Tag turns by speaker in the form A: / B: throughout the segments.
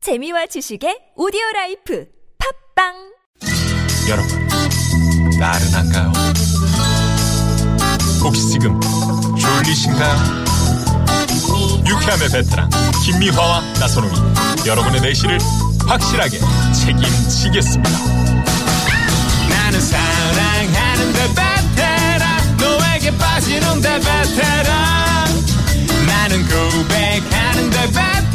A: 재미와 지식의 오디오 라이프 팝빵
B: 여러분, 나른한가요? 혹시 지금 졸리신가요? 유쾌함의 베테랑 김미화와 나선홍이 여러분의 내실을 확실하게 책임지겠습니다. 나는 사랑하는데 베테랑 너에게 빠지는데 베테랑 나는 고백하는데 베테랑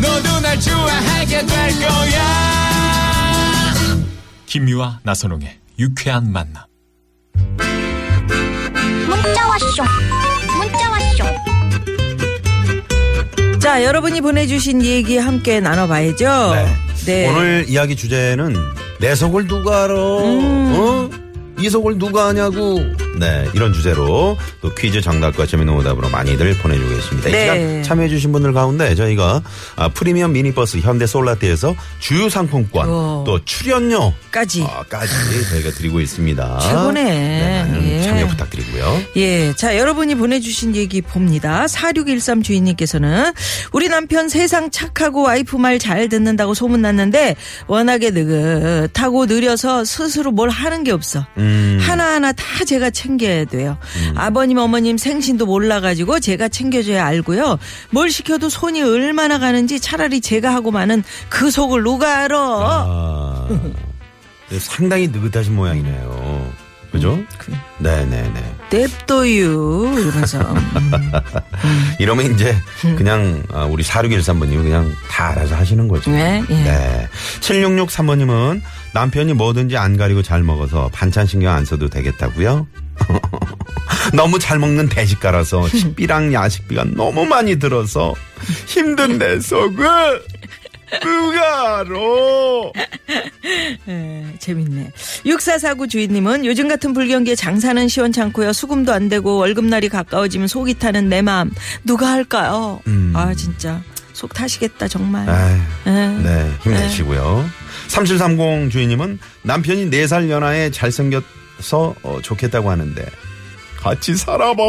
B: 너도 날 좋아하게 될 거야. 김유와 나선홍의 유쾌한 만남.
C: 문자 왔쇼 문자 왔쇼
D: 자, 여러분이 보내주신 얘기 함께 나눠봐야죠. 네.
E: 오늘 이야기 주제는 내 속을 누가 알아?
D: 음.
E: 어? 이 속을 누가 아냐고? 네, 이런 주제로 또 퀴즈 정답과 재밌는 오답으로 많이들 보내주고 계십니다. 이
D: 네.
E: 시간 참여해주신 분들 가운데 저희가 아, 프리미엄 미니버스 현대 솔라테에서 주유 상품권
D: 어.
E: 또 출연료까지
D: 까지.
E: 아. 저희가 드리고 있습니다.
D: 최고네.
E: 네, 많은
D: 예.
E: 참여 부탁드리고요.
D: 예. 자, 여러분이 보내주신 얘기 봅니다. 4613 주인님께서는 우리 남편 세상 착하고 와이프 말 잘 듣는다고 소문났는데 워낙에 느긋하고 느려서 스스로 뭘 하는 게 없어. 하나하나 다 제가 챙겨야 돼요. 아버님, 어머님 생신도 몰라가지고 제가 챙겨줘야 알고요. 뭘 시켜도 손이 얼마나 가는지 차라리 제가 하고 마는 그 속을 누가 알아.
E: 아, 네, 상당히 느긋하신 모양이네요. 그죠?
D: 음,
E: 네네네.
D: 냅둬유 이러면서 음.
E: 이러면 이제 그냥 아, 우리 4613번님이 그냥 다 알아서 하시는 거죠.
D: 네, 예.
E: 7663번님은 남편이 뭐든지 안 가리고 잘 먹어서 반찬 신경 안 써도 되겠다고요? 너무 잘 먹는 돼지가라서 식비랑 야식비가 너무 많이 들어서 힘든 내 속을 누가 알아?
D: 예, 재밌네. 6449 주인님은 요즘 같은 불경기에 장사는 시원찮고요. 수금도 안 되고 월급날이 가까워지면 속이 타는 내 마음 누가 할까요? 아 진짜 속 타시겠다 정말.
E: 음. 아휴.
D: 예.
E: 네, 힘내시고요. 3730 주인님은 남편이 4살 연하에 잘생겨서 어, 좋겠다고 하는데 같이 살아봐.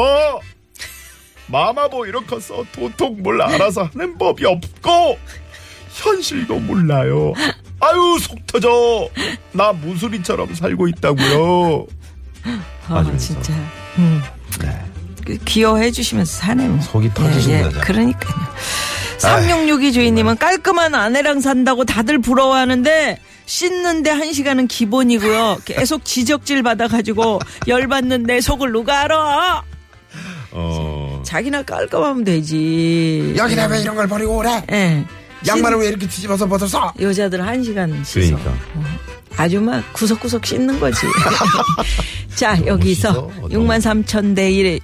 E: 마마보이로 커서 도통 뭘 알아서 하는 법이 없고 현실도 몰라요. 아유 속 터져. 나 무수리처럼 살고 있다고요.
D: 아,
E: 맞으면서.
D: 진짜
E: 네.
D: 그 귀여워해 주시면서 사네 뭐.
E: 속이
D: 예,
E: 터지신다.
D: 예.
E: 진짜.
D: 그러니까요. 3662 주인님은 깔끔한 아내랑 산다고 다들 부러워하는데 씻는데 한 시간은 기본이고요. 계속 지적질 받아가지고 열받는 내 속을 누가 알아?
E: 어.
D: 자기나 깔끔하면 되지.
F: 여기다 왜 이런 걸 버리고 오래?
D: 예.
F: 양말을 왜 이렇게 뒤집어서 벗었어?
D: 씻- 여자들 한 시간 씻어.
E: 그러니까.
D: 아주 막 구석구석 씻는 거지. 자, 여기서
E: 씻어?
D: 6만 3천 대 1에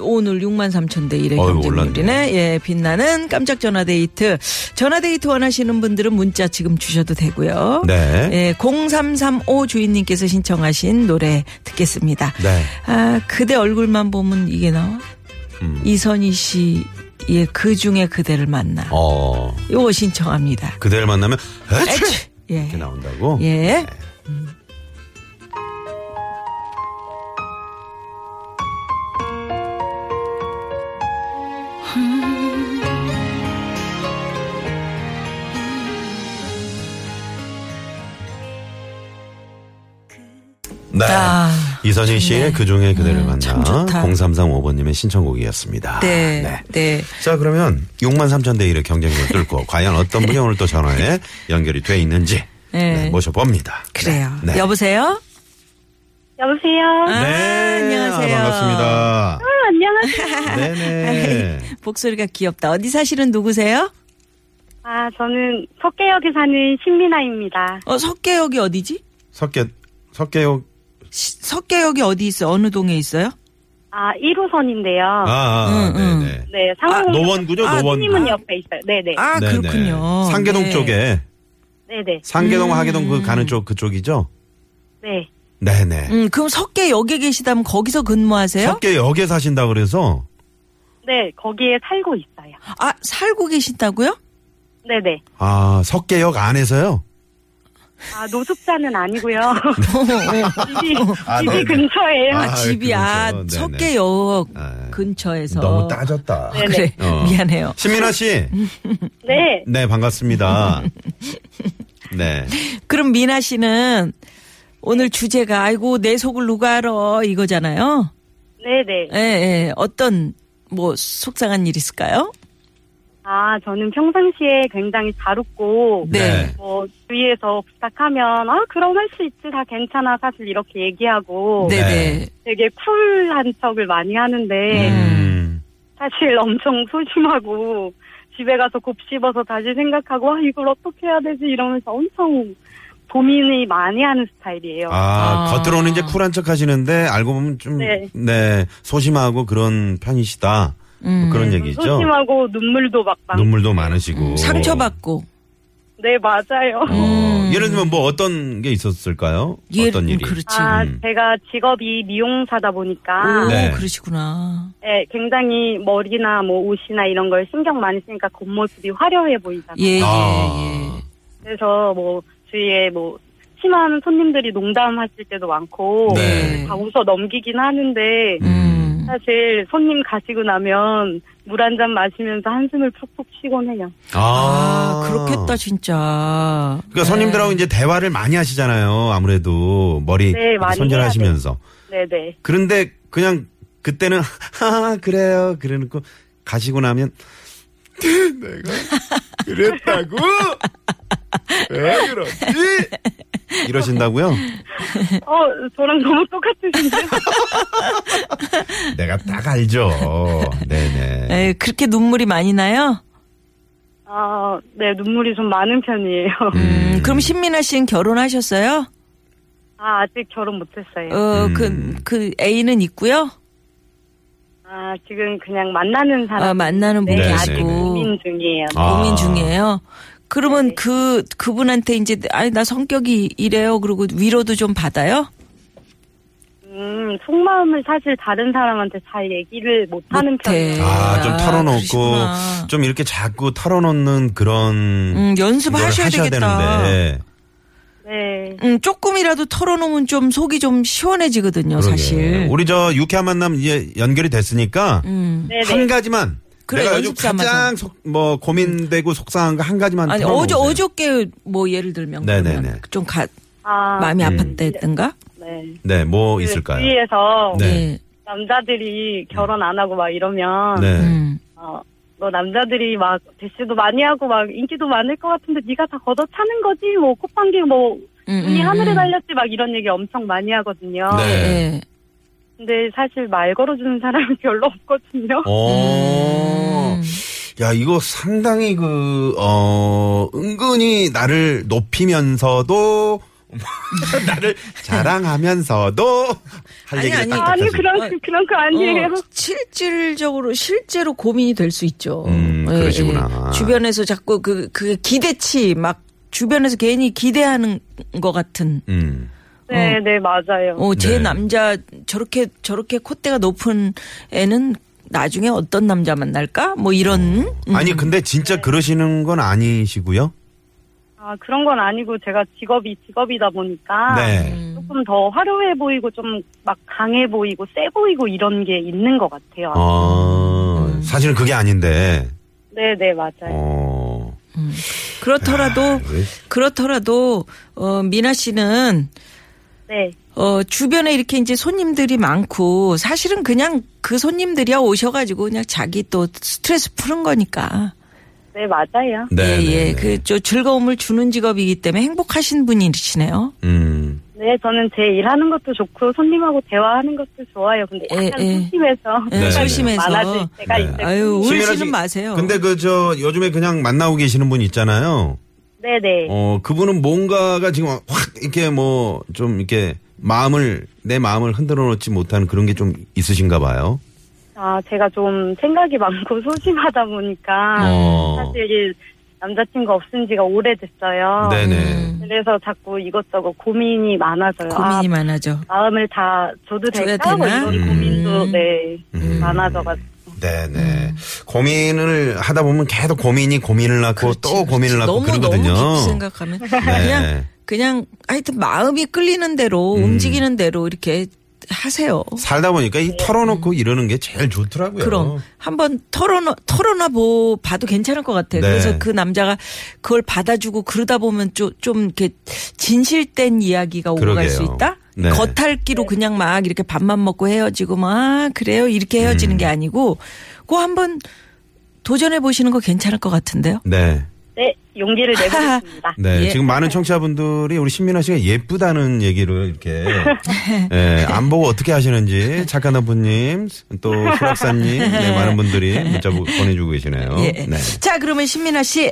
D: 오늘 6만 3천 대 1의
E: 어이구,
D: 경쟁률이네. 예, 빛나는 깜짝 전화 데이트. 전화 데이트 원하시는 분들은 문자 지금 주셔도 되고요.
E: 네.
D: 예, 0335 주인님께서 신청하신 노래 듣겠습니다.
E: 네.
D: 아, 그대 얼굴만 보면 이게 나와?
E: 음.
D: 이선희 씨의 그 중에 그대를 만나.
E: 어.
D: 요거 신청합니다.
E: 그대를 만나면
D: 에취!
E: 에취!
D: 예.
E: 이렇게 네. 나온다고.
D: 예.
E: 네.
D: 아,
E: 이선희 씨의 그 중에 그대를
D: 음,
E: 만나
D: 참 좋다.
E: 0335번님의 신청곡이었습니다.
D: 네. 네.
E: 자 그러면 6만 3천 대 1의 경쟁률 뚫고 과연 어떤 분이 오늘 또 전화에 연결이 돼 있는지
D: 네.
E: 네, 모셔봅니다.
D: 그래요.
E: 네.
D: 여보세요?
G: 여보세요.
D: 아, 안녕하세요.
E: 아, 반갑습니다.
G: 안녕하세요.
E: 네네.
D: 목소리가 귀엽다. 어디 사실은 누구세요?
G: 아, 저는 석계역에 사는 신미나입니다.
D: 어, 석계역이 어디지?
E: 석계 석계요.
D: 시- 석계역이 어디 있어? 어느 동에 있어요?
G: 아, 1호선인데요.
E: 아, 아
D: 응, 응.
E: 네네.
G: 네, 상공
E: 노원구죠
D: 어. 음, 아,
E: 노원.
G: 님은 옆에 있어요. 네네.
D: 아,
E: 네네.
D: 그렇군요.
E: 상계동
D: 네. 음.
E: 쪽에
G: 네네.
E: 상계동 하계동 그 가는 쪽 그쪽이죠.
G: 네.
E: 네네.
D: 음, 그럼 석계역에 계시다면 거기서 근무하세요?
E: 석계역에 사신다 그래서
G: 네, 거기에 살고 있어요.
D: 아, 살고 계신다고요?
G: 네네.
E: 아 석계역 안에서요.
G: 아, 노숙자는 아니고요. 집이,
E: 아,
G: 집이
E: 네네.
G: 근처에요.
E: 아,
D: 아, 집이 아
E: 그렇죠. 네네.
D: 석계역
E: 아,
D: 근처에서
E: 너무 따졌다.
D: 아, 그래
E: 어.
D: 미안해요.
E: 신민아 씨,
G: 네.
E: 네 반갑습니다. 네,
D: 그럼 미나 씨는 오늘 주제가 아이고 내 속을 누가 알아 이거잖아요.
G: 네네.
D: 예, 예. 어떤 뭐 속상한 일 있을까요?
G: 아, 저는 평상시에 굉장히 잘 웃고,
E: 네.
G: 뭐, 주위에서 부탁하면, 아, 그럼 할 수 있지, 다 괜찮아, 사실 이렇게 얘기하고,
D: 네,
E: 네.
D: 네.
G: 되게 쿨한 척을 많이 하는데,
E: 음,
G: 사실 엄청 소심하고, 집에 가서 곱씹어서 다시 생각하고, 아, 이걸 어떻게 해야 되지, 이러면서 엄청 고민이 많이 하는 스타일이에요.
E: 아,
D: 아.
E: 겉으로는 이제 쿨한 척 하시는데 알고 보면 좀 네.
G: 네.
E: 소심하고 그런 편이시다.
D: 음.
E: 뭐 그런 얘기죠.
G: 소심하고 눈물도 막 많고.
E: 눈물도 많으시고
D: 음, 상처받고 음.
G: 네, 맞아요.
E: 어, 예를 들면 뭐 어떤 게 있었을까요?
D: 예,
E: 어떤 일이?
D: 그렇지.
G: 아,
E: 음.
G: 제가 직업이 미용사다 보니까
D: 오,
E: 네.
D: 그러시구나.
G: 예, 굉장히 머리나 뭐 옷이나 이런 걸 신경 많이 쓰니까 겉모습이 화려해 보이잖아요.
D: 예, 예,
E: 아.
D: 예.
G: 그래서 뭐 주위에 뭐 심한 손님들이 농담하실 때도 많고
E: 네.
G: 다 웃어 넘기긴 하는데
D: 음.
G: 사실 손님 가시고 나면 물 한 잔 마시면서 한숨을 푹푹 쉬곤 해요.
D: 아, 그렇겠다 진짜. 네.
E: 그러니까 손님들하고 이제 대화를 많이 하시잖아요. 아무래도 머리
G: 네, 많이
E: 손질하시면서.
G: 네네.
E: 그런데 그냥 그때는 하하 그래요. 그러고 가시고 나면 내가 그랬다고 왜 그러지? 이러신다고요?
G: 어, 저랑 너무 똑같으신데?
E: 내가 딱 알죠. 네네.
D: 에 그렇게 눈물이 많이 나요?
G: 아, 네, 눈물이 좀 많은 편이에요.
D: 음, 그럼 신민아 씨는 결혼하셨어요?
G: 아, 아직 결혼 못했어요.
D: 어,
E: 음.
D: 그, 그 애인은 있고요.
G: 아, 지금 그냥 만나는 사람.
D: 아, 만나는 분이
E: 네,
D: 있고.
G: 고민 중이에요.
E: 아.
D: 고민 중이에요. 그러면 그 그분한테 이제 아니 나 성격이 이래요. 그리고 위로도 좀 받아요.
G: 음, 속마음을 사실 다른 사람한테 잘 얘기를 못하는
D: 못해.
G: 편이에요.
E: 아, 좀
D: 아,
E: 털어놓고,
D: 그러시구나.
E: 좀 이렇게 자꾸 털어놓는 그런.
D: 음,
E: 이걸
D: 연습하셔야
E: 하셔야
D: 되겠다.
E: 되는데.
G: 네.
D: 음, 조금이라도 털어놓으면 좀 속이 좀 시원해지거든요,
E: 그러게.
D: 사실.
E: 우리 저 유쾌한 만남 이제 연결이 됐으니까.
D: 음.
G: 네네.
E: 한 가지만.
D: 그래,
E: 내가 요즘
D: 연습 삼아서.
E: 가장 속, 뭐 고민되고 속상한 거 한 가지만.
D: 아니 어저
E: 털어놓으세요.
D: 어저께 뭐 예를 들면
E: 네네네.
D: 그러면 좀 가,
G: 아,
D: 마음이 아팠다든가.
G: 네.
E: 네, 뭐
G: 그
E: 있을까요?
G: 주위에서
E: 네.
D: 예.
G: 남자들이 결혼 안 하고 막 이러면
E: 네.
D: 음.
G: 어, 너 남자들이 막 대시도 많이 하고 막 인기도 많을 것 같은데 네가 다 걷어차는 거지 뭐 콧방귀 뭐
D: 음,
G: 눈이
D: 음,
G: 하늘에
D: 음.
G: 달렸지 막 이런 얘기 엄청 많이 하거든요.
E: 네.
D: 예.
G: 근데 사실 말 걸어주는 사람이 별로 없거든요.
E: 어.
D: 음.
E: 야, 이거 상당히 그, 어, 은근히 나를 높이면서도, 나를 자랑하면서도, 할
D: 아니,
E: 얘기를
D: 아니.
E: 딱딱
G: 아니
E: 하지.
G: 그런 그런 거 아니에요.
D: 어, 실질적으로 실제로 고민이 될 수 있죠. 예,
E: 음, 그러시구나.
D: 주변에서 자꾸 그 그 기대치 막 주변에서 괜히 기대하는 것 같은.
E: 음.
G: 네, 네 맞아요.
D: 어, 제
E: 네.
D: 남자 저렇게 저렇게 콧대가 높은 애는 나중에 어떤 남자 만날까? 뭐 이런. 음.
E: 아니, 근데 진짜 그러시는 건 아니시고요.
G: 아 그런 건 아니고 제가 직업이 직업이다
D: 아.
G: 보니까
E: 네.
G: 조금 더 화려해 보이고 좀 막 강해 보이고 세 보이고 이런 게 있는 것 같아요.
E: 어,
D: 음.
E: 사실은 그게 아닌데,
G: 네, 네 맞아요.
E: 어. 아,
D: 그렇더라도
E: 왜?
D: 그렇더라도 어 미나 씨는
G: 네,
D: 어, 주변에 이렇게 이제 손님들이 많고 사실은 그냥 그 손님들이야 오셔가지고 그냥 자기 또 스트레스 푸는 거니까.
G: 네 맞아요.
E: 네.
D: 예, 예.
E: 네, 네.
D: 그, 저 즐거움을 주는 직업이기 때문에 행복하신 분이시네요.
E: 음.
G: 네, 저는 제 일하는 것도 좋고 손님하고 대화하는 것도 좋아요. 근데
D: 에,
G: 약간
D: 에.
G: 소심해서
D: 예,
E: 네.
D: 소심해서.
G: 많아질 때가
E: 네.
G: 있어요.
D: 아유,
E: 신민아
D: 울지는
E: 씨,
D: 마세요.
E: 근데 그, 저, 요즘에 그냥 만나고 계시는 분 있잖아요.
G: 네, 네.
E: 어, 그분은 뭔가가 지금 확 이렇게 뭐 좀 이렇게 마음을 내 마음을 흔들어 놓지 못하는 그런 게 좀 있으신가 봐요.
G: 아, 제가 좀 생각이 많고 소심하다 보니까
E: 어.
G: 사실 남자친구 없은 지가
D: 아, 음.
G: 오래됐어요.
E: 네네.
G: 그래서 자꾸 이것저것 고민이 많아져요.
D: 고민이
G: 아,
D: 많아져.
G: 마음을 다 줘도
D: 줘야
G: 될까? 뭐
D: 되나?
G: 이런
E: 음.
G: 고민도 네
E: 음.
G: 많아져가지고.
E: 네네.
D: 음.
E: 고민을 하다 보면 계속 고민이 고민을 낳고 또 고민을 낳고
D: 너무
E: 그러거든요. 네.
D: 너무 깊이 생각하면 그러니까 그냥 그냥 하여튼 마음이 끌리는 대로 움직이는 대로 이렇게 하세요.
E: 살다 보니까 이 털어놓고 이러는 게 제일 좋더라고요.
D: 그럼 한번 털어놔 털어놔 보 봐도 괜찮을 것 같아요.
E: 네.
D: 그래서 그 남자가 그걸 받아주고 그러다 보면 좀, 좀 이렇게 진실된 이야기가 오고 갈 수
E: 그러게요.
D: 있다.
E: 네.
D: 겉핥기로 그냥 막 이렇게 밥만 먹고 헤어지고 막 아, 그래요 이렇게 헤어지는
E: 음.
D: 게 아니고 그 한번 도전해 보시는 거 괜찮을 것 같은데요.
E: 네.
G: 네, 용기를 내보겠습니다.
E: 네,
D: 예.
E: 지금 많은 청취자분들이 우리 신민아 씨가 예쁘다는 얘기를 이렇게 예, 안 보고 어떻게 하시는지 착한 아부님 또 수락사님 네, 많은 분들이 문자 보- 보내주고 계시네요.
D: 예.
E: 네.
D: 자 그러면 신민아 씨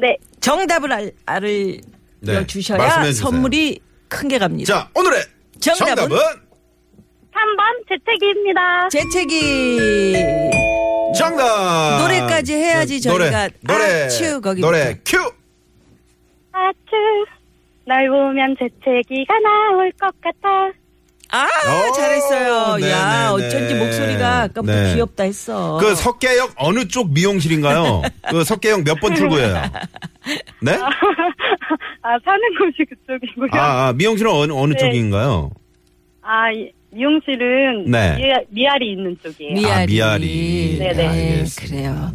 G: 네,
D: 정답을 알, 알려
E: 네, 말씀해
D: 주셔야
E: 주세요.
D: 선물이 큰 게 갑니다.
E: 자 오늘의
D: 정답은?
E: 정답은,
G: 3번 재택입니다.
D: 재채기
E: 정답 그
D: 노래까지 해야지 저희가
E: 노래
D: 아츄 거기부터.
E: 노래 큐
G: 아츠, 날 보면 재채기가 나올 것 같아.
D: 아
E: 오,
D: 잘했어요.
E: 네,
D: 야
E: 네, 네.
D: 어쩐지 목소리가 아까부터
E: 네.
D: 귀엽다 했어.
E: 그 석계역 어느 쪽 미용실인가요? 그 석계역 몇 번 출구예요? 네?
G: 아, 사는 곳이 그쪽이고요. 아,
E: 아, 아 미용실은 어느, 어느
G: 네.
E: 쪽인가요?
G: 아, 이- 미용실은
E: 네.
G: 미- 미아리 있는 쪽이에요.
D: 미아리.
E: 아, 미아리.
D: 네,
G: 네네.
E: 알겠습니다.
D: 그래요.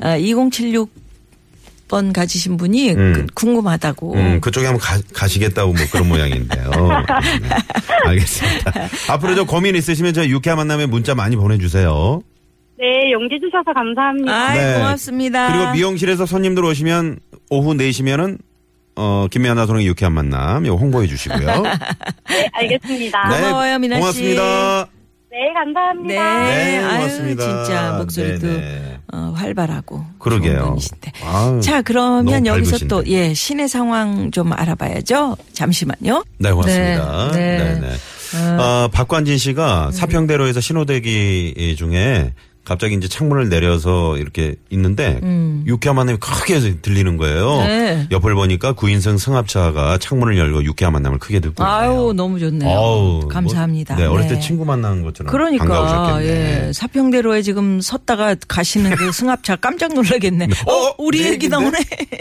D: 아, 2076번 가지신 분이
E: 음.
D: 그- 궁금하다고.
E: 음, 그쪽에 한번 가, 가시겠다고 뭐 그런 모양인데요. 네. 알겠습니다. 앞으로 저 고민 있으시면 저 유쾌한 만남에 문자 많이 보내주세요.
G: 네, 용기 주셔서 감사합니다.
D: 아이,
E: 네.
D: 고맙습니다.
E: 그리고 미용실에서 손님들 오시면 오후 4시면은 어, 김미아나 소롱의 유쾌한 만남 이거 홍보해 주시고요.
G: 네, 알겠습니다.
E: 네,
D: 고마워요, 미나 씨.
E: 고맙습니다.
G: 네,
D: 네,
G: 감사합니다.
D: 아유,
E: 고맙습니다.
D: 진짜 목소리도
E: 네네.
D: 어, 활발하고
E: 그러게요.
D: 좋은 분이신데.
E: 아유,
D: 자, 그러면
E: 너무
D: 여기서
E: 밝으신데.
D: 또 예, 신의 상황 좀 알아봐야죠. 잠시만요.
E: 네, 고맙습니다.
D: 네,
E: 네,
D: 네.
E: 네. 어, 박관진 씨가 사평대로에서 신호대기 예, 중에 갑자기 이제 창문을 내려서 이렇게 있는데 유쾌한 만남이 크게 들리는 거예요.
D: 음. 네.
E: 옆을 보니까 구인승 승합차가 창문을 열고 유쾌한 만남을 크게 듣고
D: 아유,
E: 있네요.
D: 너무 좋네요.
E: 어우,
D: 감사합니다.
E: 뭐, 네, 어렸을
D: 네.
E: 때 친구 만난 것처럼
D: 그러니까
E: 반가우셨겠네.
D: 예, 사평대로에 지금 섰다가 가시는 그 승합차 깜짝 놀라겠네. 어, 우리
E: 내
D: 얘기
E: 얘긴데?
D: 나오네.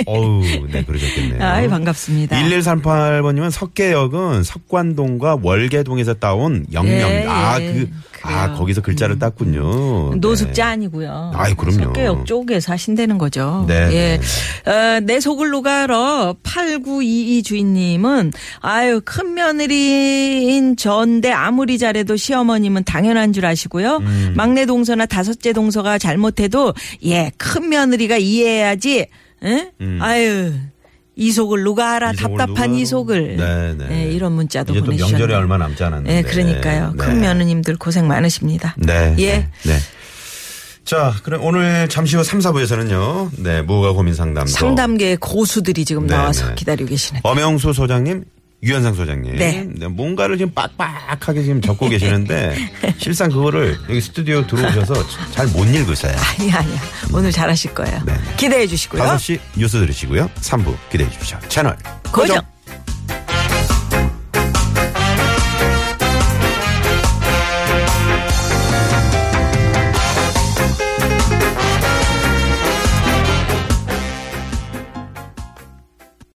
E: 어우, 네, 그러셨겠네요.
D: 아이 반갑습니다.
E: 1138번님은 석계역은 석관동과 월계동에서 따온
D: 예,
E: 영명입니다. 아,
D: 예.
E: 그, 아,
D: 그래요. 음.
E: 거기서 글자를 땄군요.
D: 노숙자
E: 네.
D: 아니고요.
E: 아이, 그럼요.
D: 석계역 쪽에 사신다는 거죠.
E: 네,
D: 예. 어, 내 속을 녹아러 8922 주인님은 아유 큰 며느리인 전데 아무리 잘해도 시어머님은 당연한 줄 아시고요.
E: 음.
D: 막내 동서나 다섯째 동서가 잘못해도 예 큰 며느리가 이해해야지. 응? 아유 이 속을 녹아라
E: 음. 이 속을
D: 답답한
E: 누가
D: 이 속을.
E: 네, 네.
D: 예, 이런 문자도
E: 이제 또
D: 보내주셨네요.
E: 명절이 얼마 남지 않았는데.
D: 예, 그러니까요.
E: 네.
D: 큰 며느님들 고생 많으십니다.
E: 네.
D: 예.
E: 네. 네. 자, 그럼 오늘 잠시 후 3, 4부에서는요. 네, 무허가 고민 상담소.
D: 상담계의 고수들이 지금
E: 네,
D: 나와서
E: 네.
D: 기다리고 계시는.
E: 엄영수 소장님, 유현상 소장님.
D: 네.
E: 뭔가를 지금 빡빡하게 지금 적고 계시는데 실상 그거를 여기 스튜디오 들어오셔서 잘 못 읽으세요.
D: 예, 아니 아니야. 오늘 잘하실 거예요.
E: 네, 네.
D: 기대해 주시고요.
E: 5시 뉴스 들으시고요. 3부 기대해 주십시오. 채널
D: 고정.